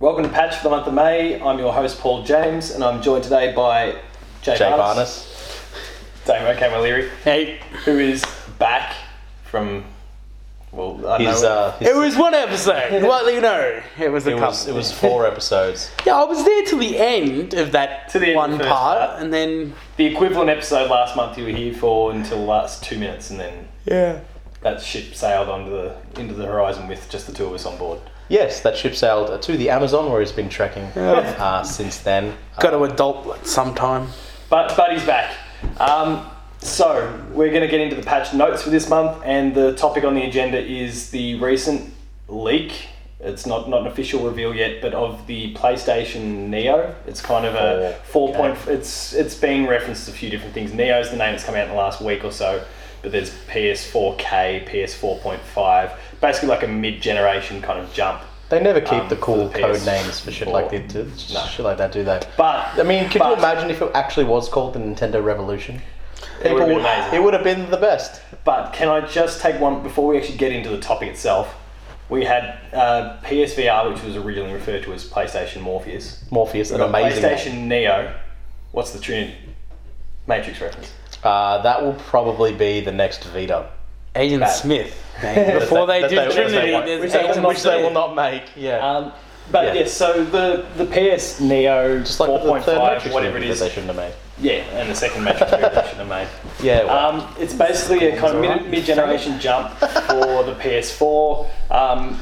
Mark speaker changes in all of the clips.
Speaker 1: Welcome to Patch for the month of May. I'm your host Paul James, and I'm joined today by Jay,
Speaker 2: Jay
Speaker 1: Barnes,
Speaker 2: Barnes.
Speaker 1: Damo Camilleri,
Speaker 3: Hey,
Speaker 1: who is back from. Well, I
Speaker 2: His,
Speaker 1: know
Speaker 2: uh, his-
Speaker 3: it was one episode. Well, you know, it was a
Speaker 2: it,
Speaker 3: couple.
Speaker 2: was, it was four episodes.
Speaker 3: Yeah, I was there till the end of that
Speaker 1: the end
Speaker 3: one
Speaker 1: of the first
Speaker 3: part,
Speaker 1: part.
Speaker 3: and then
Speaker 1: the equivalent episode last month you were here for until the last two minutes, and then
Speaker 3: yeah,
Speaker 1: that ship sailed onto the into the horizon with just the two of us on board.
Speaker 2: Yes, that ship sailed to the Amazon where he's been trekking uh, since then.
Speaker 3: got to adult at some time.
Speaker 1: But but he's back. Um, so we're going to get into the patch notes for this month, and the topic on the agenda is the recent leak. It's not, not an official reveal yet, but of the PlayStation Neo. It's kind of a
Speaker 2: Oh,
Speaker 1: four point. It's it's being referenced a few different things. Neo's the name that's come out in the last week or so, but there's PS4K, PS4.5, basically like a mid generation kind of jump.
Speaker 2: They never keep
Speaker 1: Um,
Speaker 2: the cool
Speaker 1: for the
Speaker 2: code
Speaker 1: PS4.
Speaker 2: names for shit like, that, do, shit like that, do they?
Speaker 1: But
Speaker 2: I mean, could you
Speaker 1: but-
Speaker 2: imagine if it actually was called the Nintendo Revolution? People
Speaker 1: would've been
Speaker 2: would-
Speaker 1: amazing.
Speaker 2: It would have been the best.
Speaker 1: But can I just take one before we actually get into the topic itself? We had uh, PSVR, which was originally referred to as PlayStation Morpheus.
Speaker 2: Morpheus, an
Speaker 1: We've got
Speaker 2: amazing.
Speaker 1: PlayStation Neo. What's the Trinity? Matrix reference.
Speaker 2: Uh, that will probably be the next Vita.
Speaker 3: Agent
Speaker 1: Bad.
Speaker 3: Smith. man. Before they
Speaker 2: That- that
Speaker 3: do
Speaker 2: that
Speaker 3: Trinity,
Speaker 2: won't-
Speaker 3: there's
Speaker 2: which they will
Speaker 3: Agent
Speaker 2: not- which
Speaker 3: Smith.
Speaker 2: they will not make. Yeah.
Speaker 1: Um, but
Speaker 2: Yeah.
Speaker 1: yes, so the the PS Neo
Speaker 2: Just like the third
Speaker 1: 4.5,
Speaker 2: Matrix
Speaker 1: whatever it
Speaker 2: movie
Speaker 1: is,
Speaker 2: that they shouldn't have made.
Speaker 1: yeah, and the second Matrix movie they should have made.
Speaker 2: Yeah. well,
Speaker 1: Um, it's basically a kind of mid, mid-generation jump for the PS4, um,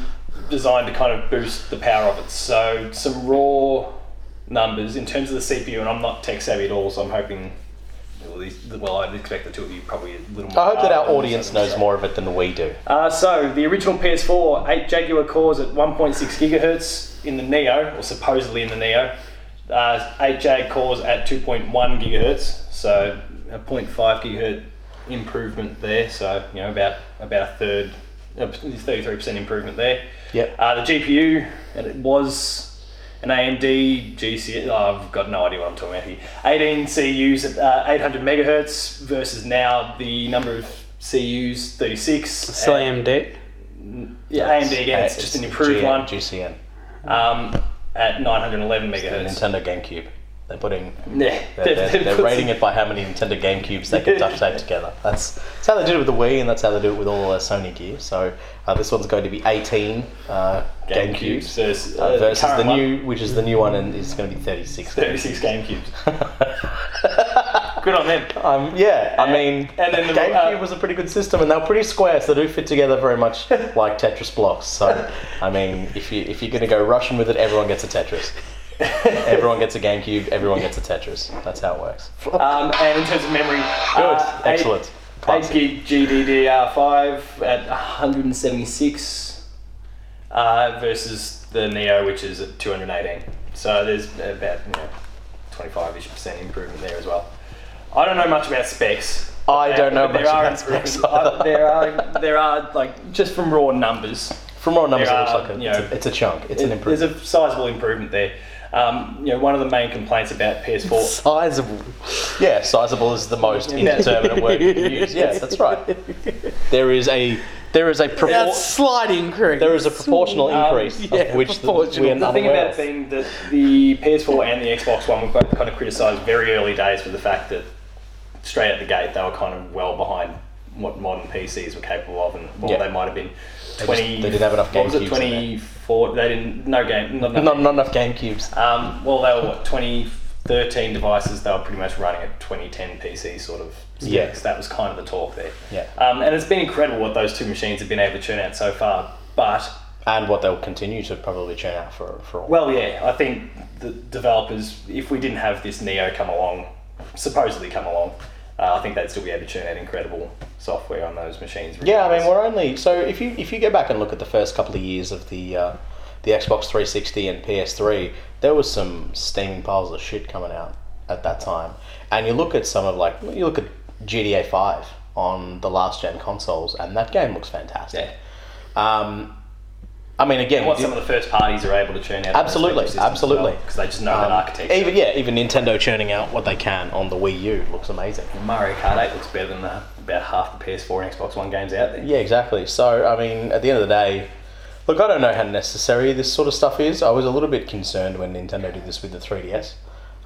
Speaker 1: designed to kind of boost the power of it. So some raw numbers in terms of the CPU, and I'm not tech savvy at all, so I'm hoping. Well, these- well, I'd expect the two of you probably a little more.
Speaker 2: I hope that our
Speaker 1: than
Speaker 2: audience
Speaker 1: myself,
Speaker 2: knows
Speaker 1: so.
Speaker 2: more of it than we do.
Speaker 1: um, Uh, so the original PS4, eight Jaguar cores at 1.6 gigahertz in the Neo, or supposedly in the Neo, uh, eight Jag cores at 2.1 gigahertz, so a 0.5 gigahertz improvement there. So you know about about a third, thirty-three percent improvement there.
Speaker 2: Yep.
Speaker 1: Uh, the GPU, and it was an AMD GC. oh, I've got no idea what I'm talking about here. 18 CUs at uh, 800 megahertz versus now the number of CUs 36.
Speaker 3: Slam dick.
Speaker 1: Yeah, AMD again. It's,
Speaker 2: Uh,
Speaker 1: just an improved
Speaker 2: GN,
Speaker 1: one.
Speaker 2: GCN.
Speaker 1: Um, at 911
Speaker 2: The
Speaker 1: megahertz.
Speaker 2: Nintendo GameCube. They're putting.
Speaker 1: Yeah,
Speaker 2: They're, they're, they're rating it by how many Nintendo GameCubes they can duct tape together. That's, that's how they did it with the Wii, and that's how they do it with all their Sony gear. So uh, this one's going to be 18 uh,
Speaker 1: GameCubes
Speaker 2: GameCubes
Speaker 1: versus,
Speaker 2: uh,
Speaker 1: uh,
Speaker 2: versus
Speaker 1: current
Speaker 2: the
Speaker 1: one,
Speaker 2: new, which is the new one, and it's going to be 36.
Speaker 1: 36 GameCubes. Good on them.
Speaker 2: Um, yeah, I
Speaker 1: And-
Speaker 2: mean,
Speaker 1: and then the-
Speaker 2: GameCube
Speaker 1: uh,
Speaker 2: was a pretty good system, and they were pretty square, so they do fit together very much like Tetris blocks. So, I mean, if you if you're going to go Russian with it, everyone gets a Tetris. everyone gets a GameCube. Everyone gets a Tetris. That's how it works. Good,
Speaker 1: Um, and in terms of memory, uh, eight-
Speaker 2: excellent.
Speaker 1: 8
Speaker 2: Classic.
Speaker 1: gig GDDR5 at 176 uh, versus the Neo, which is at 218. So there's about you know, 25-ish percent improvement there as well. I don't know much about specs.
Speaker 2: I don't know
Speaker 1: but there
Speaker 2: much
Speaker 1: are
Speaker 2: about specs
Speaker 1: improvements. Uh,
Speaker 2: either.
Speaker 1: there are there are like just from raw numbers.
Speaker 2: From raw numbers, it
Speaker 1: there
Speaker 2: looks
Speaker 1: are,
Speaker 2: like a,
Speaker 1: you
Speaker 2: it's,
Speaker 1: know,
Speaker 2: a, it's a chunk. It's an
Speaker 1: it- there's
Speaker 2: improvement.
Speaker 1: a sizable improvement there. Um, you know, one of the main complaints about PS4
Speaker 3: Sizable.
Speaker 2: yeah, sizable is the most
Speaker 1: Yeah.
Speaker 2: indeterminate word you can use. Yes, that's right. There is a there is a propor-
Speaker 3: That's sliding correct.
Speaker 2: there is a proportional
Speaker 1: Um,
Speaker 2: increase, of
Speaker 3: yeah,
Speaker 2: which the,
Speaker 3: proportional.
Speaker 2: we are
Speaker 1: The thing
Speaker 2: unaware
Speaker 1: about
Speaker 2: of.
Speaker 1: it being that the PS4 and the Xbox One were both kind of criticised very early days for the fact that straight out the gate they were kind of well behind what modern PCs were capable of, and well,
Speaker 2: Yeah.
Speaker 1: they might have been
Speaker 2: just-
Speaker 1: twenty.
Speaker 2: they didn't have enough
Speaker 1: What was it?
Speaker 2: GameCubes in there.
Speaker 1: Twenty four. They didn't. No game. Not enough.
Speaker 2: Not, not enough GameCubes.
Speaker 1: Um, well, they were what twenty thirteen devices. They were pretty much running at twenty ten PC sort of specs.
Speaker 2: Yeah.
Speaker 1: That was kind of the talk there.
Speaker 2: Yeah.
Speaker 1: Um, and it's been incredible what those two machines have been able to churn out so far, but.
Speaker 2: and what they'll continue to probably churn out for for all.
Speaker 1: Well, yeah, I think the developers, if we didn't have this Neo come along, supposedly come along, uh, I think they'd still be able to churn out incredible software on those machines.
Speaker 2: yeah, I
Speaker 1: regardless.
Speaker 2: mean we're only so if you if you go back and look at the first couple of years of the uh, the Xbox 360 and PS3, there was some steaming piles of shit coming out at that time. And you look at some of like you look at GTA 5 on the last gen consoles, and that game looks fantastic.
Speaker 1: yeah.
Speaker 2: Um, I mean, again,
Speaker 1: What
Speaker 2: we
Speaker 1: some
Speaker 2: did-
Speaker 1: of the first parties are able to churn out.
Speaker 2: Absolutely, absolutely. Um,
Speaker 1: Because they just know that architecture.
Speaker 2: even yeah, even Nintendo churning out what they can on the Wii U looks amazing.
Speaker 1: Mario Kart 8 looks better than the, about half the PS4 and Xbox One games out there.
Speaker 2: Yeah, exactly. So, I mean, at the end of the day, Look, I don't know how necessary this sort of stuff is. I was a little bit concerned when Nintendo did this with the 3DS.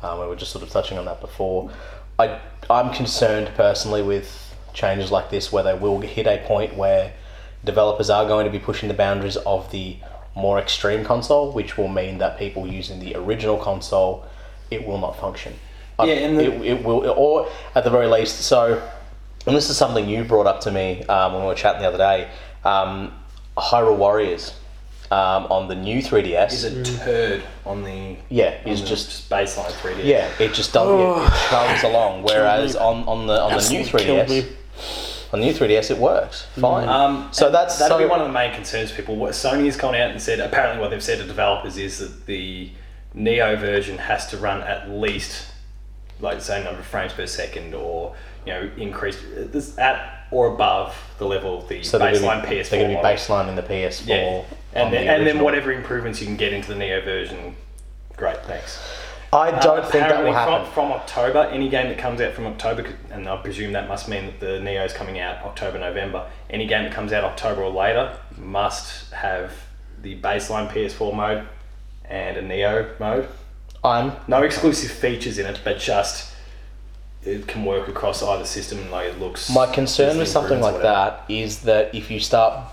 Speaker 2: Um, we were just sort of touching on that before. I, I'm concerned personally with changes like this where they will hit a point where developers are going to be pushing the boundaries of the more extreme console, which will mean that people using the original console, it will not function. I-
Speaker 1: Yeah, and the-
Speaker 2: it, it will, or at the very least, so and this is something you brought up to me um, when we were chatting the other day. Um, Hyrule Warriors um, on the new 3DS.
Speaker 1: Is a turd on the
Speaker 2: yeah,
Speaker 1: on
Speaker 2: is
Speaker 3: Oh,
Speaker 1: the
Speaker 2: just
Speaker 1: baseline 3D.
Speaker 2: yeah, it just does it, it chugs along. Whereas on, on the on the new
Speaker 3: Absolutely killed
Speaker 2: 3DS,
Speaker 3: me. Mm.
Speaker 2: on the new 3DS, it works fine.
Speaker 1: Um,
Speaker 2: So
Speaker 1: so
Speaker 2: that's
Speaker 1: that's that'll
Speaker 2: so-
Speaker 1: be one of the main concerns for people. What Sony has gone out and said apparently what they've said to developers is that the Neo version has to run at least like the same number of frames per second, or you know, increased this at or above the level of the
Speaker 2: so they're
Speaker 1: baseline
Speaker 2: gonna be,
Speaker 1: PS4.
Speaker 2: They're going to be
Speaker 1: model.
Speaker 2: baseline in the PS4.
Speaker 1: Yeah.
Speaker 2: on
Speaker 1: And then,
Speaker 2: the
Speaker 1: and then
Speaker 2: original.
Speaker 1: whatever improvements you can get into the Neo version, great, thanks.
Speaker 2: I don't think that
Speaker 1: Um, Apparently
Speaker 2: will happen.
Speaker 1: From, from October, any game that comes out from October, could- and I presume that must mean that the Neo's coming out October, November, any game that comes out October or later must have the baseline PS4 mode and a Neo mode.
Speaker 2: I'm
Speaker 1: No exclusive features in it, but just it can work across either system and like it looks.
Speaker 2: My concern
Speaker 1: there's
Speaker 2: with something like
Speaker 1: improvements,
Speaker 2: that is that if you start,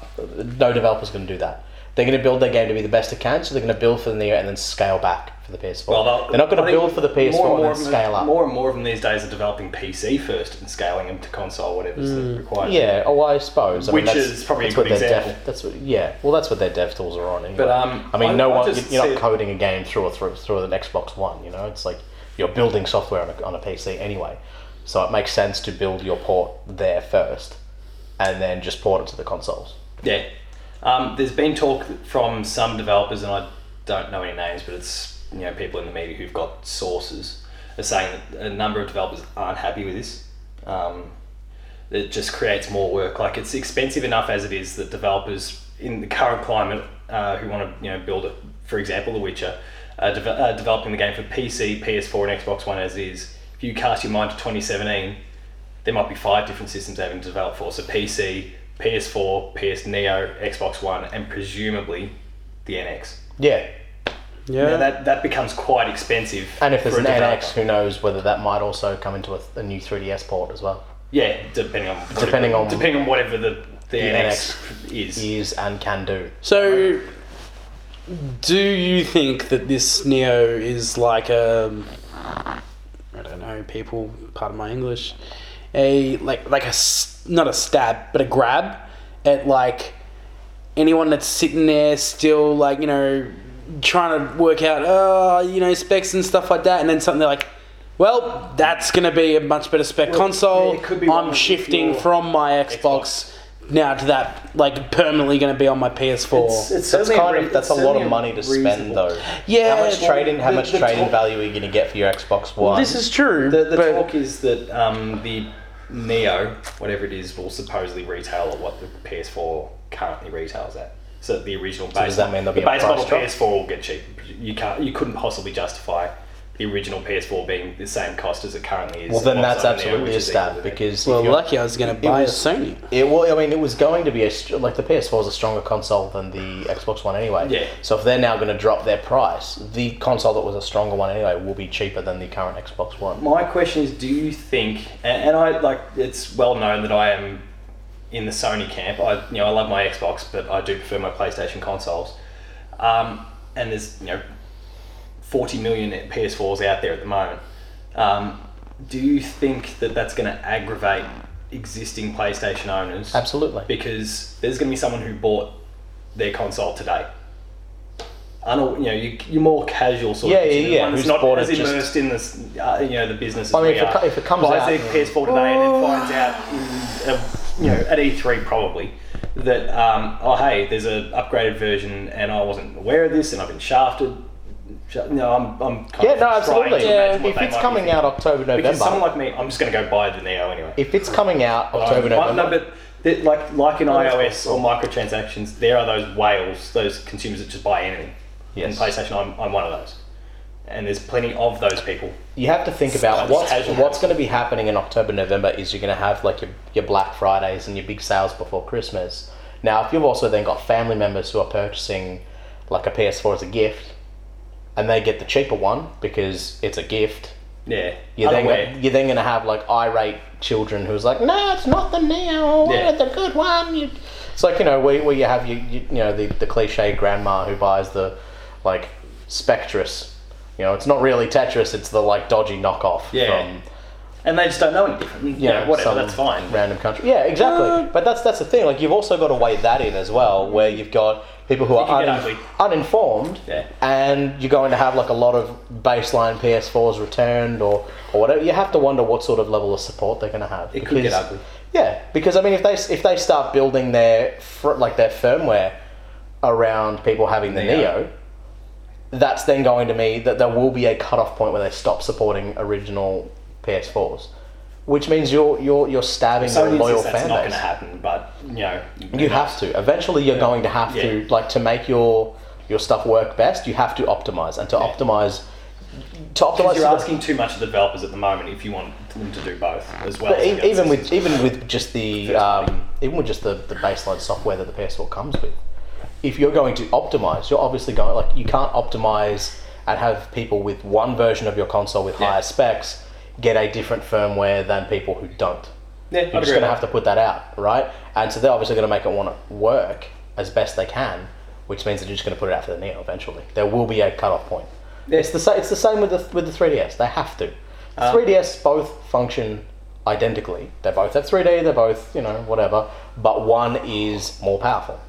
Speaker 2: no developer's going to do that. They're going to build their game to be the best it can, so they're going to build for the Neo and then scale back for the
Speaker 1: whatever.
Speaker 2: PS4.
Speaker 1: Well,
Speaker 2: they're not going
Speaker 1: I
Speaker 2: to
Speaker 1: think
Speaker 2: build for the PS4
Speaker 1: more
Speaker 2: and
Speaker 1: more
Speaker 2: then
Speaker 1: of them-
Speaker 2: scale up.
Speaker 1: More and more of them these days are developing PC first and scaling them to console, whatever's the required.
Speaker 2: yeah, oh, I suppose. I
Speaker 1: Which
Speaker 2: mean, that's,
Speaker 1: is probably a
Speaker 2: that's
Speaker 1: good
Speaker 2: what their
Speaker 1: example.
Speaker 2: Dev, that's what, yeah. Well, that's what their dev tools are on. Anyway.
Speaker 1: But, um,
Speaker 2: I mean,
Speaker 1: I-
Speaker 2: no
Speaker 1: I
Speaker 2: one.
Speaker 1: just
Speaker 2: You're
Speaker 1: see it-
Speaker 2: not coding a game through or through through an Xbox One. You know, it's like you're building software on a, on a PC anyway, so it makes sense to build your port there first, and then just port it to the consoles.
Speaker 1: Yeah. Um, there's been talk from some developers, and I don't know any names, but it's you know people in the media who've got sources are saying that a number of developers aren't happy with this. Um, it just creates more work. Like it's expensive enough as it is that developers in the current climate uh, who want to you know build, a, for example, The Witcher, uh, deve- uh, developing the game for PC, PS4, and Xbox One as is. If you cast your mind to 2017, there might be five different systems they've been developed for. So PC, PS4, PS Neo, Xbox One, and presumably the NX.
Speaker 2: Yeah,
Speaker 1: Now
Speaker 3: Yeah.
Speaker 1: that that becomes quite expensive.
Speaker 2: And if there's
Speaker 1: for
Speaker 2: an
Speaker 1: a developer.
Speaker 2: NX, who knows whether that might also come into a, a new 3DS port as well.
Speaker 1: yeah, depending on whatever,
Speaker 2: Depending on-
Speaker 1: depending on whatever the the, NX, is.
Speaker 2: Is and can do.
Speaker 3: So, do you think that this Neo is like a, I don't know, people, pardon my English, a like like a s- not a stab but a grab at like anyone that's sitting there still like you know trying to work out oh you know specs and stuff like that, and then something like. Well, that's going to be a much better spec console.
Speaker 1: yeah, it could be one
Speaker 3: I'm
Speaker 1: with
Speaker 3: shifting
Speaker 1: your
Speaker 3: from my Xbox, now to that, like permanently going to be on my PS4.
Speaker 2: That's kind of that's a lot of money to spend though.
Speaker 3: Yeah,
Speaker 2: How much
Speaker 3: well,
Speaker 2: trading? How
Speaker 1: the-
Speaker 2: much
Speaker 1: the
Speaker 2: trading
Speaker 1: talk-
Speaker 2: value are you going to get for your Xbox One?
Speaker 3: This is true.
Speaker 1: The, the
Speaker 3: but
Speaker 1: talk is that um, the Neo, whatever it is, will supposedly retail at what the PS4 currently retails at. So the original base.
Speaker 2: does that mean there'll
Speaker 1: the
Speaker 2: be a
Speaker 1: base
Speaker 2: price
Speaker 1: model
Speaker 2: drop?
Speaker 1: PS4 will get cheap? You can't. You couldn't possibly justify the original PS4 being the same cost as it currently is.
Speaker 2: well, then
Speaker 1: on
Speaker 2: that's
Speaker 1: Neo,
Speaker 2: absolutely
Speaker 1: which
Speaker 2: a
Speaker 1: is
Speaker 2: stab
Speaker 1: equal to it.
Speaker 2: because if
Speaker 3: well,
Speaker 2: you're-
Speaker 3: lucky I was going to buy
Speaker 2: was-
Speaker 3: a Sony.
Speaker 2: It well, I mean, it was going to be a str- like the PS4 is a stronger console than the Xbox One anyway.
Speaker 1: Yeah.
Speaker 2: So if they're now going to drop their price, the console that was a stronger one anyway will be cheaper than the current Xbox One.
Speaker 1: My question is, do you think? And, and I like it's well known that I am in the Sony camp. I you know I love my Xbox, but I do prefer my PlayStation consoles. Um, and there's you know forty million PS4s out there at the moment. Um, do you think that that's going to aggravate existing PlayStation owners?
Speaker 2: Absolutely.
Speaker 1: Because there's going to be someone who bought their console today. I know, you know, you, you're more casual sort
Speaker 2: Yeah,
Speaker 1: of
Speaker 2: yeah,
Speaker 1: person, the
Speaker 2: yeah,
Speaker 1: one that's
Speaker 2: who's
Speaker 1: not
Speaker 2: bought
Speaker 1: as
Speaker 2: it just-
Speaker 1: immersed in this, uh, you know, the business.
Speaker 2: I mean,
Speaker 1: as
Speaker 2: if
Speaker 1: we
Speaker 2: it co-
Speaker 1: are.
Speaker 2: if it comes
Speaker 1: buys
Speaker 2: out-
Speaker 1: their PS4 today and
Speaker 2: Oh.
Speaker 1: then finds out, in, uh, you know, at E3 probably that um, oh hey, there's an upgraded version and I wasn't aware of this and I've been shafted. Sha- No, I'm, I'm kind
Speaker 2: Yeah,
Speaker 1: of
Speaker 2: no,
Speaker 1: trying
Speaker 2: absolutely.
Speaker 1: To imagine what
Speaker 2: If
Speaker 1: they
Speaker 2: it's
Speaker 1: might be
Speaker 2: coming
Speaker 1: thinking.
Speaker 2: out October, November,
Speaker 1: because someone like me, I'm just going to go buy the Neo anyway.
Speaker 2: If it's coming out October,
Speaker 1: Um,
Speaker 2: November,
Speaker 1: No, but th- like like in
Speaker 2: that's
Speaker 1: iOS or microtransactions, there are those whales, those consumers that just buy anything.
Speaker 2: Yes.
Speaker 1: In PlayStation, I'm, I'm one of those, and there's plenty of those people.
Speaker 2: you have to think about
Speaker 1: It's
Speaker 2: what's
Speaker 1: casual.
Speaker 2: what's going to be happening in October, November. Is you're going to have like your, your Black Fridays and your big sales before Christmas. Now, if you've also then got family members who are purchasing like a PS4 as a gift, and they get the cheaper one because it's a gift,
Speaker 1: Yeah.
Speaker 2: you're
Speaker 1: Other
Speaker 2: then,
Speaker 1: way.
Speaker 2: gonna, you're then gonna have like irate children who's like, no, it's not the Neo,
Speaker 1: Yeah.
Speaker 2: yeah. the good one. You... It's like you know where, where you have you, you you know the the cliche grandma who buys the like Spectris. You know, it's not really Tetris. It's the like dodgy knockoff
Speaker 1: Yeah.
Speaker 2: from
Speaker 1: And they just don't know any different.
Speaker 2: you
Speaker 1: Yeah,
Speaker 2: know,
Speaker 1: whatever,
Speaker 2: some
Speaker 1: that's fine.
Speaker 2: Random country. Yeah, exactly.
Speaker 3: Uh,
Speaker 2: but that's that's the thing. Like you've also got to weigh that in as well, where you've got people who are
Speaker 1: can get
Speaker 2: unin
Speaker 1: ugly.
Speaker 2: uninformed,
Speaker 1: Yeah.
Speaker 2: and you're going to have like a lot of baseline PS4s returned or or whatever. You have to wonder what sort of level of support they're going to have.
Speaker 1: It could get
Speaker 2: because-
Speaker 1: ugly.
Speaker 2: Yeah, because I mean, if they if they start building their fr- like their firmware around people having the
Speaker 1: Neo.
Speaker 2: Neo that's then going to mean that there will be a cutoff point where they stop supporting original PS4s, which means you're you're you're stabbing
Speaker 1: So
Speaker 2: your loyal
Speaker 1: that's
Speaker 2: fan
Speaker 1: not going to
Speaker 2: base.
Speaker 1: happen, but you know,
Speaker 2: You have to. Eventually, you're going to have to
Speaker 1: Yeah.
Speaker 2: like to make your your stuff work best. You have to optimize, and to optimize, to optimize,
Speaker 1: because you're
Speaker 2: to the-
Speaker 1: asking too much of the developers at the moment if you want them to do both as well.
Speaker 2: But
Speaker 1: as
Speaker 2: e-
Speaker 1: the other
Speaker 2: even
Speaker 1: systems.
Speaker 2: with even with just the
Speaker 1: First party.
Speaker 2: um, even with just the, the baseline software that the PS4 comes with, if you're going to optimize, you're obviously going like you can't optimize and have people with one version of your console with
Speaker 1: Yeah.
Speaker 2: higher specs get a different firmware than people who don't.
Speaker 1: yeah,
Speaker 2: You're
Speaker 1: I'd agree
Speaker 2: just going to
Speaker 1: with
Speaker 2: have to put that out, right? And so they're obviously going to make it want to work as best they can, which means they're just going to put it out for the Neo eventually. There will be a cutoff point.
Speaker 1: Yeah.
Speaker 2: It's the sa- it's the same with the with the 3DS. They have to. The 3DS both function identically. They both have 3D. They're both you know whatever, but one is more powerful.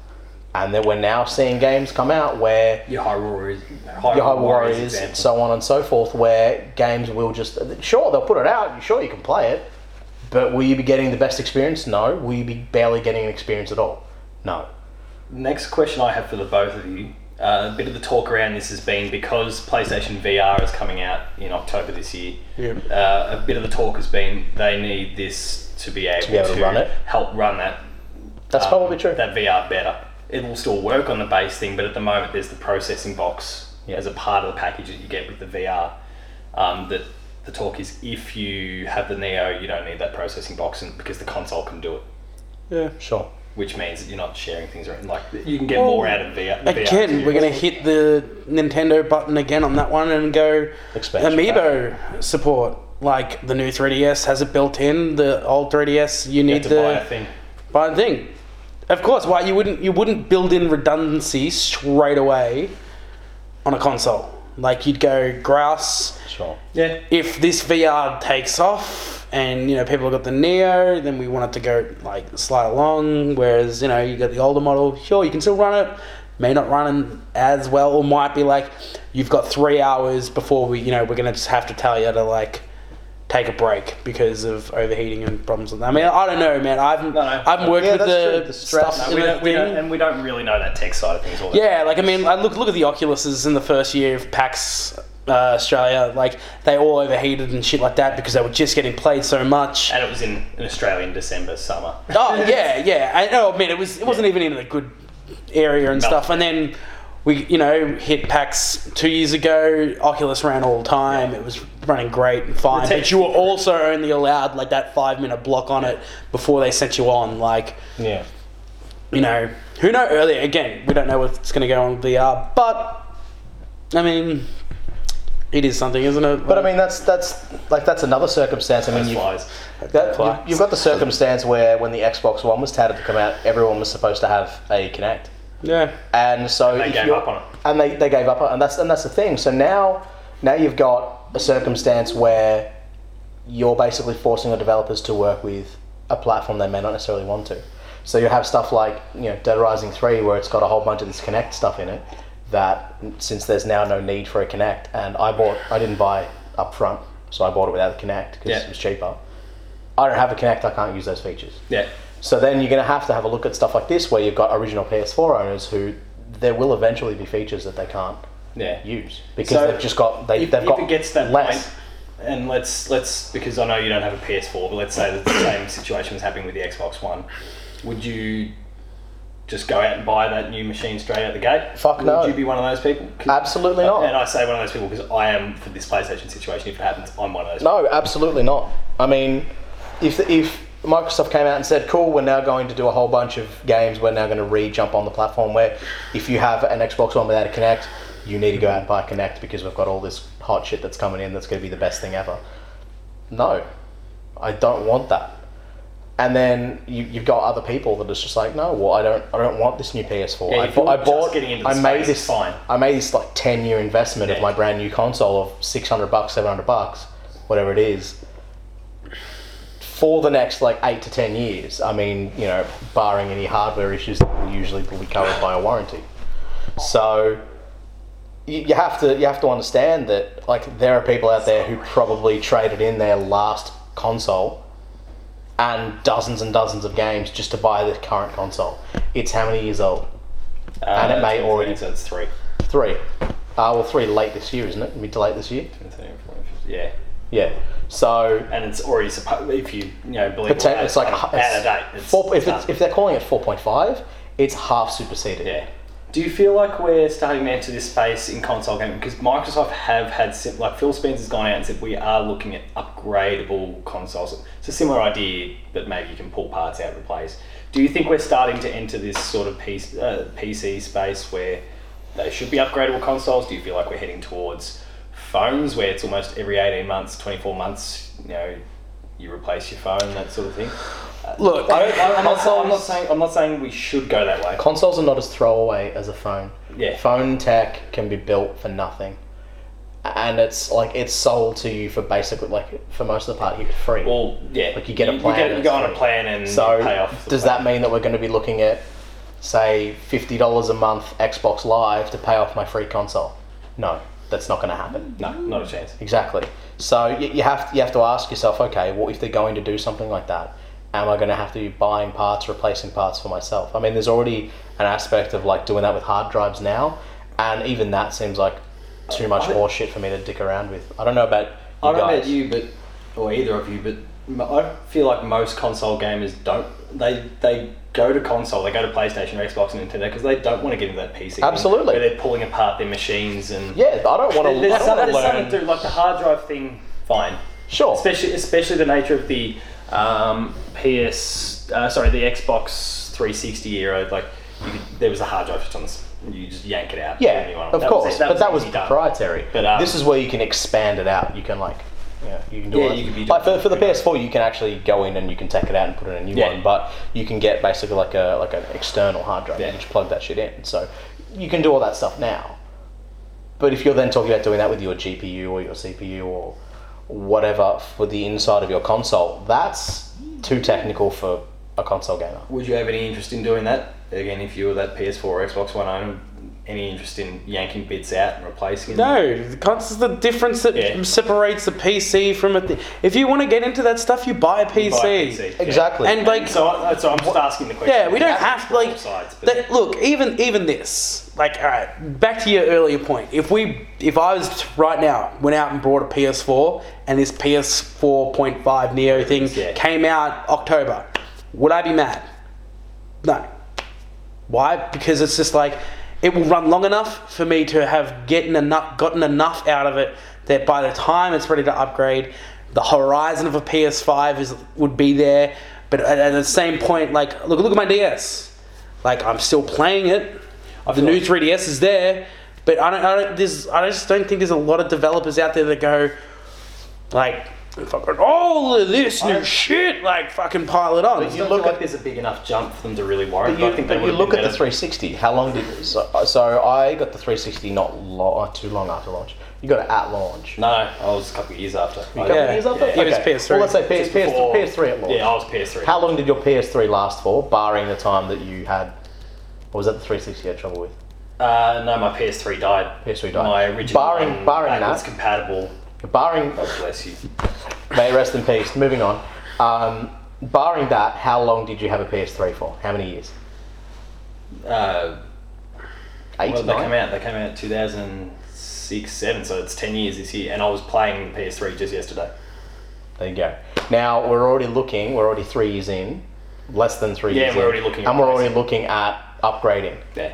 Speaker 2: And then we're now seeing games come out where
Speaker 1: your Hyrule Warriors,
Speaker 2: your
Speaker 1: Hyrule
Speaker 2: Hyrule Warriors,
Speaker 1: example.
Speaker 2: so on and so forth, where games will just sure they'll put it out. Sure, you can play it, but will you be getting the best experience? No. Will you be barely getting an experience at all? No.
Speaker 1: Next question I have for the both of you. Uh, a bit of the talk around this has been because PlayStation VR is coming out in October this year.
Speaker 3: Yeah.
Speaker 1: Uh, a bit of the talk has been they need this to be able to,
Speaker 2: be able to run it?
Speaker 1: help run that
Speaker 2: That's
Speaker 1: um,
Speaker 2: probably true.
Speaker 1: That VR better. It will still work on the base thing, but at the moment there's the processing box
Speaker 2: Yeah.
Speaker 1: as a part of the package that you get with the VR. Um, that the talk is if you have the Neo, you don't need that processing box, and because the console can do it,
Speaker 3: Yeah.
Speaker 2: sure.
Speaker 1: which means that you're not sharing things or anything. like you can get
Speaker 3: Well,
Speaker 1: more out of VR.
Speaker 3: Again, we're going to hit the Nintendo button again on that one and go
Speaker 2: Expansion
Speaker 3: Amiibo support. Like the new 3DS has it built in. The old 3DS, you
Speaker 1: You have
Speaker 3: need
Speaker 1: to
Speaker 3: the
Speaker 1: buy a thing.
Speaker 3: buy a thing. Of course, why you wouldn't you wouldn't build in redundancy straight away on a console. Like you'd go grass.
Speaker 2: Sure.
Speaker 1: Yeah,
Speaker 3: If this VR takes off and you know people have got the Neo, then we want it to go like slide along. Whereas you know you got the older model. Sure, you can still run it. May not run as well, or might be like you've got three hours before we you know we're gonna just have to tell you to like take a break because of overheating and problems with that. I mean, I don't know, man. I've
Speaker 1: no.
Speaker 3: I've worked
Speaker 2: Yeah,
Speaker 3: with
Speaker 2: that's
Speaker 3: the,
Speaker 2: true. The stress.
Speaker 3: stuff
Speaker 1: Uh, we
Speaker 3: in
Speaker 1: don't,
Speaker 3: the
Speaker 1: we don't,
Speaker 3: thing.
Speaker 1: and we don't really know that tech side of things. All that.
Speaker 3: Yeah, like I mean, I look look at the Oculuses in the first year of PAX uh, Australia. Like they all overheated and shit like that because they were just getting played so much.
Speaker 1: and it was in an Australian December summer.
Speaker 3: Oh yeah, yeah. I know. I mean, it was it wasn't even in a good area and
Speaker 1: No.
Speaker 3: stuff. And then we, you know, hit PAX two years ago. Oculus ran all the time. It was running great and fine.
Speaker 1: The tech-
Speaker 3: But you were also only allowed like that five minute block on it before they sent you on. Like
Speaker 2: Yeah.
Speaker 3: you know, who know earlier? Again, we don't know what's going to go on with VR, but I mean, it is something, isn't it?
Speaker 2: But I mean, that's that's like that's another circumstance. I mean,
Speaker 1: Those
Speaker 2: you,
Speaker 1: flies.
Speaker 2: That,
Speaker 3: Fly.
Speaker 2: you, have got the circumstance where when the Xbox One was touted to come out, everyone was supposed to have a Kinect,
Speaker 3: yeah,
Speaker 2: and so
Speaker 1: They
Speaker 2: if
Speaker 1: gave
Speaker 2: you're-
Speaker 1: up on it.
Speaker 2: and they, they gave up on, and that's and that's the thing. So now now you've got a circumstance where you're basically forcing the developers to work with a platform they may not necessarily want to. So you have stuff like you know Dead Rising Three, where it's got a whole bunch of this Kinect stuff in it. That since there's now no need for a Kinect, and I bought I didn't buy up front, so I bought it without the Kinect because
Speaker 1: Yeah.
Speaker 2: it was cheaper. I don't have a Kinect, I can't use those features.
Speaker 1: Yeah,
Speaker 2: So then you're going to have to have a look at stuff like this, where you've got original PS4 owners who there will eventually be features that they can't
Speaker 1: yeah.
Speaker 2: use because
Speaker 1: So
Speaker 2: they've just got they,
Speaker 1: if,
Speaker 2: they've
Speaker 1: if
Speaker 2: got
Speaker 1: it gets to that
Speaker 2: less.
Speaker 1: point, and let's let's because I know you don't have a PS4, but let's say that the same situation was happening with the Xbox One. Would you just go out and buy that new machine straight out the gate?
Speaker 2: Fuck
Speaker 1: Would
Speaker 2: no.
Speaker 1: you be one of those people? 'Cause-
Speaker 2: Absolutely not.
Speaker 1: And I say one of those people because I am for this PlayStation situation. If it happens, I'm one of those.
Speaker 2: No, absolutely not. I mean, if if Microsoft came out and said, "Cool, we're now going to do a whole bunch of games. We're now going to re-jump on the platform where, if you have an Xbox One without a Connect, you need to go out and buy a Connect because we've got all this hot shit that's coming in. That's going to be the best thing ever." No, I don't want that. And then you, you've got other people that is just like, "No, well, I don't, I don't want this new PS4.
Speaker 1: Yeah,
Speaker 2: I,
Speaker 1: if
Speaker 2: bought, I
Speaker 1: you're just
Speaker 2: bought,
Speaker 1: getting into the
Speaker 2: I made
Speaker 1: space,
Speaker 2: this
Speaker 1: fine.
Speaker 2: I made this like ten year investment of
Speaker 1: Yeah.
Speaker 2: my brand new console of six hundred bucks, seven hundred bucks, whatever it is." for the next like eight to ten years. I mean, you know, barring any hardware issues that will usually be covered by a warranty. So you, you have to you have to understand that like there are people out there who probably traded in their last console and dozens and dozens of games just to buy the current console. It's how many years old?
Speaker 1: Uh,
Speaker 2: And it may
Speaker 1: 2013,
Speaker 2: already-
Speaker 1: So it's three.
Speaker 2: Three. Uh, well, three late this year, isn't it? Mid to late this year.
Speaker 1: 2013, 2015, Yeah.
Speaker 2: Yeah. So
Speaker 1: And it's already supposed, if you, you know, believe
Speaker 2: Pretend
Speaker 1: all
Speaker 2: it's like
Speaker 1: that,
Speaker 2: a-
Speaker 1: out of date. It's
Speaker 2: four, if, it's,
Speaker 1: done.
Speaker 2: if they're calling it 4.5, it's half superseded.
Speaker 1: Yeah. Do you feel like we're starting to enter this space in console gaming? Because Microsoft have had, sim- like Phil Spencer's gone out and said, we are looking at upgradable consoles. It's a similar idea, but maybe you can pull parts out and replace. Do you think we're starting to enter this sort of PC, uh, PC space where they should be upgradable consoles? Do you feel like we're heading towards phones where it's almost every 18 months, 24 months, you know, you replace your phone, that sort of thing?
Speaker 3: Look,
Speaker 1: I don't, I- I'm, not, I'm, not
Speaker 2: Consoles-
Speaker 1: saying, I'm not saying we should go that way.
Speaker 2: Consoles are not as throwaway as a phone.
Speaker 1: Yeah.
Speaker 2: Phone tech can be built for nothing. And it's like it's sold to you for basically like for most of the part here for free.
Speaker 1: Well, yeah.
Speaker 2: Like, you get a plan
Speaker 1: You,
Speaker 2: and
Speaker 1: go
Speaker 2: it's
Speaker 1: on a
Speaker 2: free.
Speaker 1: plan and
Speaker 2: so
Speaker 1: you pay off. the
Speaker 2: does
Speaker 1: plan.
Speaker 2: that mean that we're going to be looking at say fifty dollars a month Xbox Live to pay off my free console? No, that's not going to happen.
Speaker 1: No, not a chance.
Speaker 2: Exactly. So you, you have to, you have to ask yourself, okay, well, if they're going to do something like that, am I going to have to be buying parts, replacing parts for myself? I mean, there's already an aspect of like doing that with hard drives now, and even that seems like too much
Speaker 1: I-
Speaker 2: horseshit for me to dick around with. I don't know about you
Speaker 1: I don't know
Speaker 2: guys.
Speaker 1: about you, but or either of you, but m- I feel like most console gamers don't. They they go to console, they go to PlayStation or Xbox and Nintendo because they don't want to get into that PC. thing
Speaker 2: Absolutely.
Speaker 1: where they're pulling apart their machines and
Speaker 2: Yeah, I don't want
Speaker 1: There-
Speaker 2: to.
Speaker 1: There's,
Speaker 2: I
Speaker 1: some,
Speaker 2: don't
Speaker 1: there's something
Speaker 2: want to
Speaker 1: through
Speaker 2: learn.
Speaker 1: like the hard drive thing. Fine,
Speaker 2: Sure.
Speaker 1: especially especially the nature of the um, PS, uh, sorry, the Xbox 360 era. Like you could, there was a hard drive just on this, you just yank it out.
Speaker 2: Yeah,
Speaker 1: put a new one on.
Speaker 2: of
Speaker 1: That was
Speaker 2: course,
Speaker 1: it.
Speaker 2: but that was
Speaker 1: easy done.
Speaker 2: proprietary.
Speaker 1: But, um,
Speaker 2: this is where you can expand it out. You can like, yeah, you can do
Speaker 1: Yeah,
Speaker 2: it.
Speaker 1: you can be
Speaker 2: like for,
Speaker 1: doing
Speaker 2: for the
Speaker 1: pretty much.
Speaker 2: PS4, you can actually go in and you can take it out and put in a new
Speaker 1: Yeah.
Speaker 2: one. But you can get basically like a like an external hard drive.
Speaker 1: Yeah.
Speaker 2: You just plug that shit in. So you can do all that stuff now. But if you're then talking about doing that with your GPU or your CPU or whatever for the inside of your console, that's too technical for a console gamer.
Speaker 1: Would you have any interest in doing that? Again, if you were that PS4 or Xbox One owner, any interest in yanking bits out and replacing them?
Speaker 3: No, the cons- is the difference that
Speaker 1: Yeah.
Speaker 3: separates a PC from a. Th- if you want to get into that stuff, you buy a PC.
Speaker 1: Buy a PC, yeah.
Speaker 2: Exactly.
Speaker 3: And like,
Speaker 1: So, I, so I'm just asking the question.
Speaker 3: yeah, we don't
Speaker 1: That's
Speaker 3: have to like.
Speaker 1: both sides, but-
Speaker 3: that, look, even even this, like, all right, back to your earlier point. If we, if I was t- right now, went out and bought a PS4, and this PS4.5 Neo thing
Speaker 1: Yeah.
Speaker 3: came out October, would I be mad? No. Why? Because it's just like it will run long enough for me to have gotten enough, gotten enough out of it that by the time it's ready to upgrade, the horizon of a PS5 is would be there. But at, at the same point, like look, look at my DS. Like I'm still playing it. The
Speaker 1: feel
Speaker 3: new
Speaker 1: like-
Speaker 3: 3DS is there, but I don't. I don't. There's. I just don't think there's a lot of developers out there that go, like, fucking all of this new
Speaker 1: I-
Speaker 3: shit, like fucking pile it on.
Speaker 1: But you look like there's a big enough jump for them to really worry.
Speaker 2: But you,
Speaker 1: I think
Speaker 2: but
Speaker 1: they
Speaker 2: you
Speaker 1: would've
Speaker 2: look
Speaker 1: been
Speaker 2: at the
Speaker 1: better.
Speaker 2: 360. How long did so, so I got the 360 not lo- uh, too long after launch. You got it at launch.
Speaker 1: No, I was a couple of years after.
Speaker 2: Couple
Speaker 3: Yeah.
Speaker 2: years after?
Speaker 1: Yeah,
Speaker 3: it was PS3.
Speaker 2: Well, let's say PS,
Speaker 1: Just before-
Speaker 2: PS, PS3 at launch.
Speaker 1: Yeah, I was PS3.
Speaker 2: How long did your PS3 last for, barring the time that you had? Or was that the 360 you had trouble with?
Speaker 1: Uh, no, my PS3 died.
Speaker 2: PS3 died.
Speaker 1: My original
Speaker 2: Barring-
Speaker 1: one,
Speaker 2: barring
Speaker 1: backwards
Speaker 2: that.
Speaker 1: compatible.
Speaker 2: Barring,
Speaker 1: God bless you.
Speaker 2: may it rest in peace. Moving on. Um, barring that, how long did you have a PS3 for? How many years?
Speaker 1: Uh,
Speaker 2: Eight,
Speaker 1: well, they
Speaker 2: nine?
Speaker 1: came out. They came out 2006, seven. So it's ten years this year, and I was playing the PS3 just yesterday.
Speaker 2: There you go. Now we're already looking. We're already three years in, less than three
Speaker 1: Yeah,
Speaker 2: years.
Speaker 1: we're
Speaker 2: in,
Speaker 1: already looking at
Speaker 2: and we're
Speaker 1: pricing.
Speaker 2: already looking at upgrading.
Speaker 1: Yeah.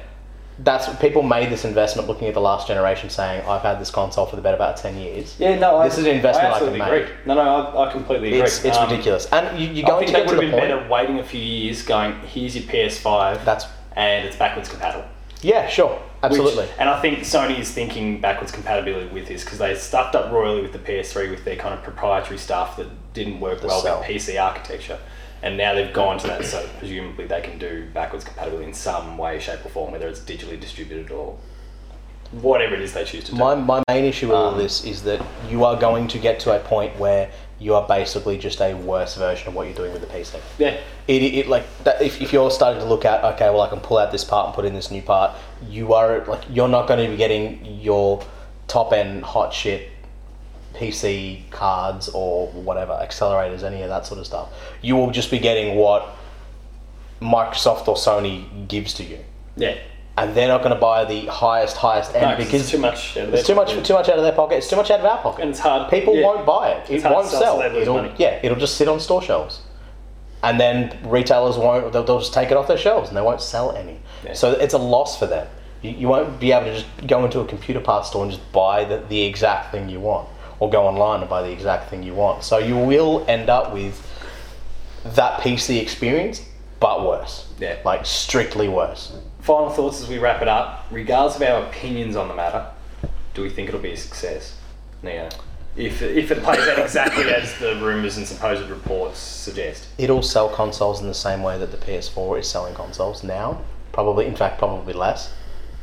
Speaker 2: that's people made this investment looking at the last generation, saying I've had this console for the better part of ten years.
Speaker 1: Yeah, no,
Speaker 2: This is an investment I can
Speaker 1: absolutely
Speaker 2: make.
Speaker 1: agree. No, no, I, I completely agree.
Speaker 2: It's, it's
Speaker 1: Um,
Speaker 2: ridiculous, and you, you're
Speaker 1: I think
Speaker 2: going to
Speaker 1: that
Speaker 2: get to
Speaker 1: would
Speaker 2: the
Speaker 1: have
Speaker 2: point.
Speaker 1: been better waiting a few years. Going, here's your PS5,
Speaker 2: That's
Speaker 1: and it's backwards compatible.
Speaker 2: yeah, sure,
Speaker 1: Which-
Speaker 2: absolutely.
Speaker 1: and I think Sony is thinking backwards compatibility with this because they stuffed up royally with the PS3 with their kind of proprietary stuff that didn't work well
Speaker 2: cell.
Speaker 1: with PC architecture. And now they've gone to that, so presumably they can do backwards compatibility in some way, shape, or form, whether it's digitally distributed or whatever it is they choose to do.
Speaker 2: My, my main issue with all
Speaker 1: Um,
Speaker 2: this is that you are going to get to a point where you are basically just a worse version of what you're doing with the PC.
Speaker 1: yeah,
Speaker 2: It, it like that, if, if you're starting to look at okay, well I can pull out this part and put in this new part, you are like you're not going to be getting your top end hot shit PC cards or whatever accelerators, any of that sort of stuff. You will just be getting what Microsoft or Sony gives to you,
Speaker 1: yeah.
Speaker 2: and they're not going to buy the highest highest end
Speaker 1: No, 'cause
Speaker 2: because
Speaker 1: it's too much. yeah,
Speaker 2: it's too much too much out of their pocket. It's too much out of our pocket.
Speaker 1: And it's hard.
Speaker 2: People
Speaker 1: yeah.
Speaker 2: won't buy it. It
Speaker 1: hard to
Speaker 2: won't
Speaker 1: sell, so
Speaker 2: sell.
Speaker 1: they lose
Speaker 2: it'll,
Speaker 1: money.
Speaker 2: Yeah, it'll just sit on store shelves, and then retailers won't. They'll, they'll just take it off their shelves and they won't sell any.
Speaker 1: Yeah.
Speaker 2: So it's a loss for them. You, you won't be able to just go into a computer parts store and just buy the, the exact thing you want, or go online and buy the exact thing you want. So you will end up with that PC experience, but worse.
Speaker 1: Yeah.
Speaker 2: like strictly worse.
Speaker 1: Final thoughts as we wrap it up. Regardless of our opinions on the matter, do we think it'll be a success? Neo. If, if it plays out exactly as the rumours and supposed reports suggest.
Speaker 2: it'll sell consoles in the same way that the PS4 is selling consoles now. Probably, in fact, probably less,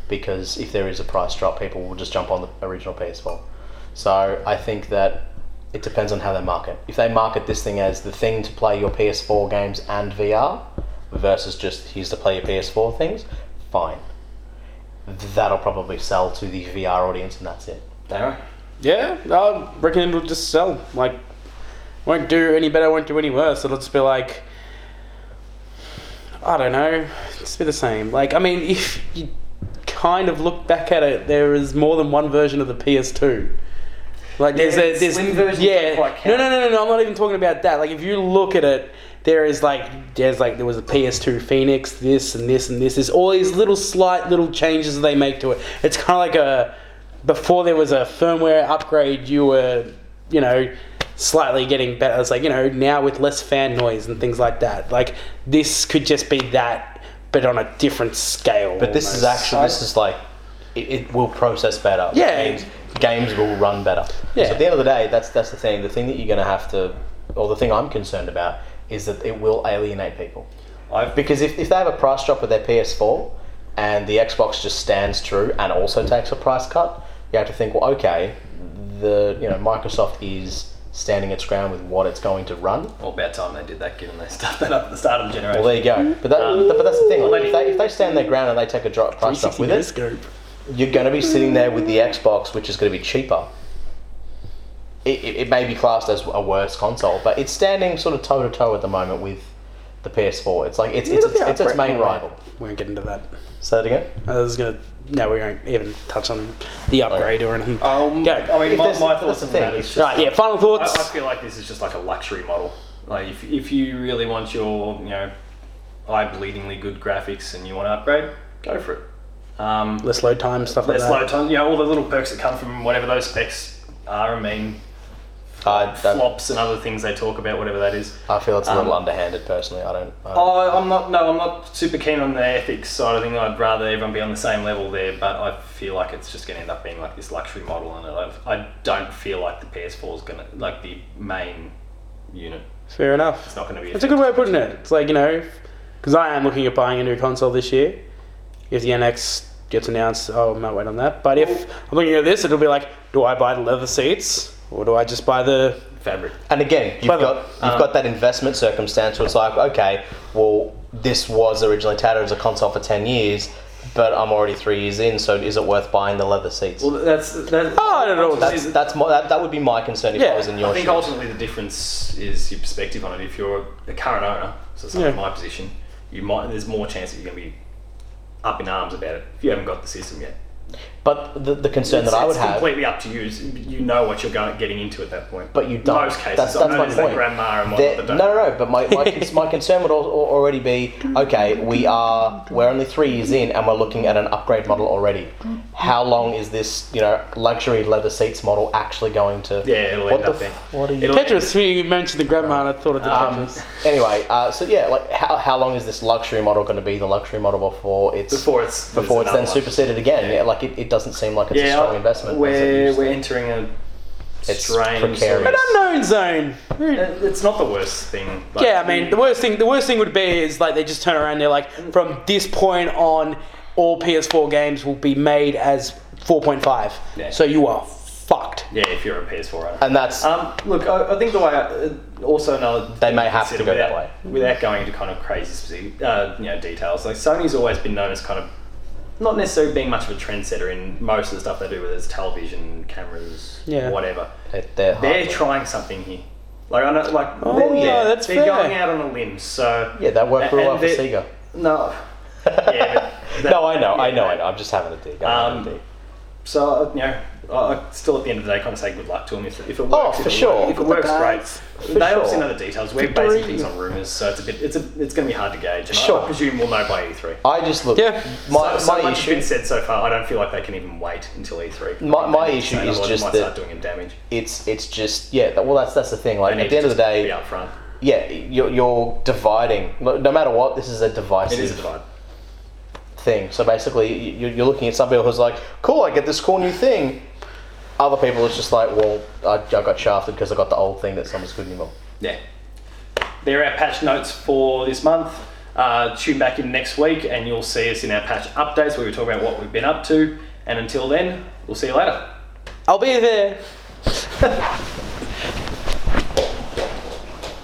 Speaker 2: because if there is a price drop, people will just jump on the original PS4. So I think that it depends on how they market. If they market this thing as the thing to play your PS4 games and VR, versus just here's to play your PS4 things, fine. That'll probably sell to the VR audience, and that's it.
Speaker 1: Darrow?
Speaker 3: Yeah, I reckon it'll just sell. Like, won't do any better, won't do any worse. It'll just be like, I don't know, just be the same. Like, I mean, if you kind of look back at it, there is more than one version of the PS2. Like, there's
Speaker 1: Yeah,
Speaker 3: a there's
Speaker 1: slim versions
Speaker 3: yeah,
Speaker 1: don't quite
Speaker 3: no,
Speaker 1: count.
Speaker 3: no, no, no, no. I'm not even talking about that. Like, if you look at it. There is like there's like there was a PS2 Phoenix, this and this and this. There's all these little slight little changes that they make to it. It's kind of like a before there was a firmware upgrade, you were, you know, slightly getting better. It's like, you know, now with less fan noise and things like that. Like, this could just be that, but on a different scale.
Speaker 2: But this is actually this is like it, it will process better. which
Speaker 3: Yeah.
Speaker 2: means games will run better.
Speaker 3: Yeah.
Speaker 2: So at the end of the day, that's that's the thing. The thing that you're going to have to, or the thing I'm concerned about, is that it will alienate people.
Speaker 1: I've
Speaker 2: Because if, if they have a price drop with their PS4 and the Xbox just stands true and also takes a price cut, you have to think, well, okay, the you know Microsoft is standing its ground with what it's going to run.
Speaker 1: Well, about time they did that, given they stuffed that up at the start of the generation.
Speaker 2: Well, there you go. But that,
Speaker 1: Um,
Speaker 2: but that's the thing.
Speaker 1: well, they-
Speaker 2: If they, if they stand their ground and they take a drop price drop with it,
Speaker 3: scope.
Speaker 2: you're going to be sitting there with the Xbox, which is going to be cheaper. It, it, it may be classed as a worse console, but it's standing sort of toe to toe at the moment with the PS4. It's like it's it's, it's, it's its main rival.
Speaker 3: We won't get into that.
Speaker 2: Say that again.
Speaker 3: I was gonna. No, we won't even touch on the
Speaker 2: Oh,
Speaker 3: upgrade or anything.
Speaker 1: Um,
Speaker 3: Go.
Speaker 1: I mean,
Speaker 2: If
Speaker 1: my,
Speaker 2: there's-
Speaker 1: my
Speaker 2: that's
Speaker 1: thoughts
Speaker 2: the
Speaker 1: on that
Speaker 2: thing,
Speaker 1: is just.
Speaker 3: right, yeah. Final
Speaker 1: I,
Speaker 3: thoughts.
Speaker 1: I feel like this is just like a luxury model. Like, if, if you really want your, you know, eye bleedingly good graphics and you want to upgrade, go for it. Um,
Speaker 3: less load time stuff like
Speaker 1: There's
Speaker 3: that.
Speaker 1: low time, you know, all the little perks that come from whatever those specs are and mean, Uh,
Speaker 2: I, don't-
Speaker 1: flops and other things they talk about, whatever that is.
Speaker 2: I feel it's a little
Speaker 1: Um,
Speaker 2: underhanded personally. I don't. I don't
Speaker 1: Oh, I'm not, no, I'm not super keen on the ethics side of thing. I'd rather everyone be on the same level there, but I feel like it's just going to end up being like this luxury model, and I, I don't feel like the PS4 is going to, like the main unit,
Speaker 3: Fair enough.
Speaker 1: it's not going to be.
Speaker 3: It's a good way of putting it. It's like, you know, because I am looking at buying a new console this year. If the NX gets announced, oh, I might wait on that. But if I'm looking at this, it'll be like, do I buy the leather seats or do I just buy the.
Speaker 1: fabric.
Speaker 2: And again, you've
Speaker 3: Clever.
Speaker 2: got you've got that investment circumstance where it's like, okay, well, this was originally touted as a console for ten years, but I'm already three years in, so is it worth buying the leather seats?
Speaker 1: Well, that's that's.
Speaker 3: Oh, I don't know.
Speaker 2: that's that's my, that, that would be my concern if
Speaker 3: Yeah,
Speaker 2: I was in
Speaker 1: I
Speaker 2: your
Speaker 1: think
Speaker 2: shoes.
Speaker 1: ultimately the difference is your perspective on it. If you're a current owner, so someone in
Speaker 3: Yeah.
Speaker 1: my position, you might there's more chance that you're going to be up in arms about it if you haven't got the system yet.
Speaker 2: But the, the concern
Speaker 1: It's,
Speaker 2: that I would
Speaker 1: it's
Speaker 2: have.
Speaker 1: completely up to you. It's- You know what you're going, getting into at that point.
Speaker 2: But you don't.
Speaker 1: Most cases.
Speaker 2: That's,
Speaker 1: I
Speaker 2: that's
Speaker 1: know
Speaker 2: my
Speaker 1: there's that
Speaker 2: point.
Speaker 1: grandma and
Speaker 2: There-
Speaker 1: whatnot that
Speaker 2: no,
Speaker 1: don't.
Speaker 2: no, no. But my, my, con- my concern would al- al- already be okay. We are we're only three years in, and we're looking at an upgrade model already. How long is this you know luxury leather seats model actually going to?
Speaker 1: Yeah, it'll
Speaker 2: what
Speaker 1: end
Speaker 2: the
Speaker 1: up being.
Speaker 2: f- What are you?
Speaker 1: It'll-
Speaker 3: Tetris. You mentioned the grandma, and I thought of the
Speaker 2: Um,
Speaker 3: Tetris.
Speaker 2: anyway, uh, so yeah, like how, how long is this luxury model going to be the luxury model before it's
Speaker 1: Before it's
Speaker 2: before it's
Speaker 1: another
Speaker 2: then
Speaker 1: one.
Speaker 2: superseded again? Yeah, like it, it doesn't seem like it's a
Speaker 1: Yeah,
Speaker 2: strong investment. does it?
Speaker 1: We're we're entering a
Speaker 2: It's
Speaker 1: strange.
Speaker 2: precarious.
Speaker 1: sort
Speaker 3: An
Speaker 1: of-
Speaker 3: unknown zone.
Speaker 1: It's not the worst thing. like-
Speaker 3: Yeah, I mean the worst thing. The worst thing would be is like they just turn around. They're like, from this point on, all PS4 games will be made as 4.5.
Speaker 1: Yeah.
Speaker 3: So you are fucked.
Speaker 1: Yeah, if you're a PS4 owner.
Speaker 2: and that's
Speaker 1: Um, look, I, I think the way I, uh, also another
Speaker 2: They
Speaker 1: thing
Speaker 2: may have
Speaker 1: consider
Speaker 2: to go that
Speaker 1: without- without going into kind of crazy specific, uh, you know details. Like Sony's always been known as kind of not necessarily being much of a trendsetter in most of the stuff they do, whether it's television, cameras,
Speaker 3: Yeah.
Speaker 1: whatever.
Speaker 2: it- they're
Speaker 1: They're
Speaker 2: hardly-
Speaker 1: trying something here. Like I know, like
Speaker 3: Oh,
Speaker 1: they're,
Speaker 3: yeah, that's
Speaker 1: they're
Speaker 3: fair.
Speaker 1: going out on a limb. So
Speaker 2: yeah, that worked
Speaker 1: and
Speaker 2: real well for
Speaker 1: they-
Speaker 2: Sega.
Speaker 1: No, yeah, but that-
Speaker 2: no, I know, I
Speaker 1: yeah,
Speaker 2: know,
Speaker 1: that-
Speaker 2: I know. I'm just having a dig. I'm having a
Speaker 1: Um,
Speaker 2: dig.
Speaker 1: So uh, you know, I I still at the end of the day kind of say good luck to them if, if it works.
Speaker 2: Oh,
Speaker 1: if
Speaker 2: for
Speaker 1: it
Speaker 2: sure.
Speaker 1: works- If it
Speaker 2: Good
Speaker 1: works,
Speaker 2: luck,
Speaker 1: great.
Speaker 2: guys. For
Speaker 1: They obviously
Speaker 2: sure.
Speaker 1: know the details. We're
Speaker 2: Victory.
Speaker 1: basing things on rumors, so it's a bit. It's a. It's going to be hard to gauge. And I-
Speaker 2: Sure.
Speaker 1: I presume we'll know by E three.
Speaker 2: I just look.
Speaker 3: Yeah.
Speaker 2: My,
Speaker 1: so, so
Speaker 2: my
Speaker 1: much has
Speaker 2: issue.
Speaker 1: been said so far. I don't feel like they can even wait until E three. "Oh,
Speaker 2: My- my issue is just
Speaker 1: might
Speaker 2: that-
Speaker 1: start doing him damage.
Speaker 2: It's it's just yeah. that- Well, that's that's the thing. Like
Speaker 1: They need
Speaker 2: at the end
Speaker 1: to
Speaker 2: of the
Speaker 1: just be
Speaker 2: day,
Speaker 1: out front.
Speaker 2: yeah, you're, you're dividing. No no matter what, this is a divisive
Speaker 1: It is a divide.
Speaker 2: thing. So basically, y- you- you're looking at somebody who's like, "Cool, I get this cool new thing." Other people it's just like, "Well, I, I got shafted because I got the old thing that someone's good anymore."
Speaker 1: Yeah. They're our patch notes for this month. Uh, tune back in next week and you'll see us in our patch updates where we talk about what we've been up to. And until then, we'll see you later.
Speaker 3: I'll be there.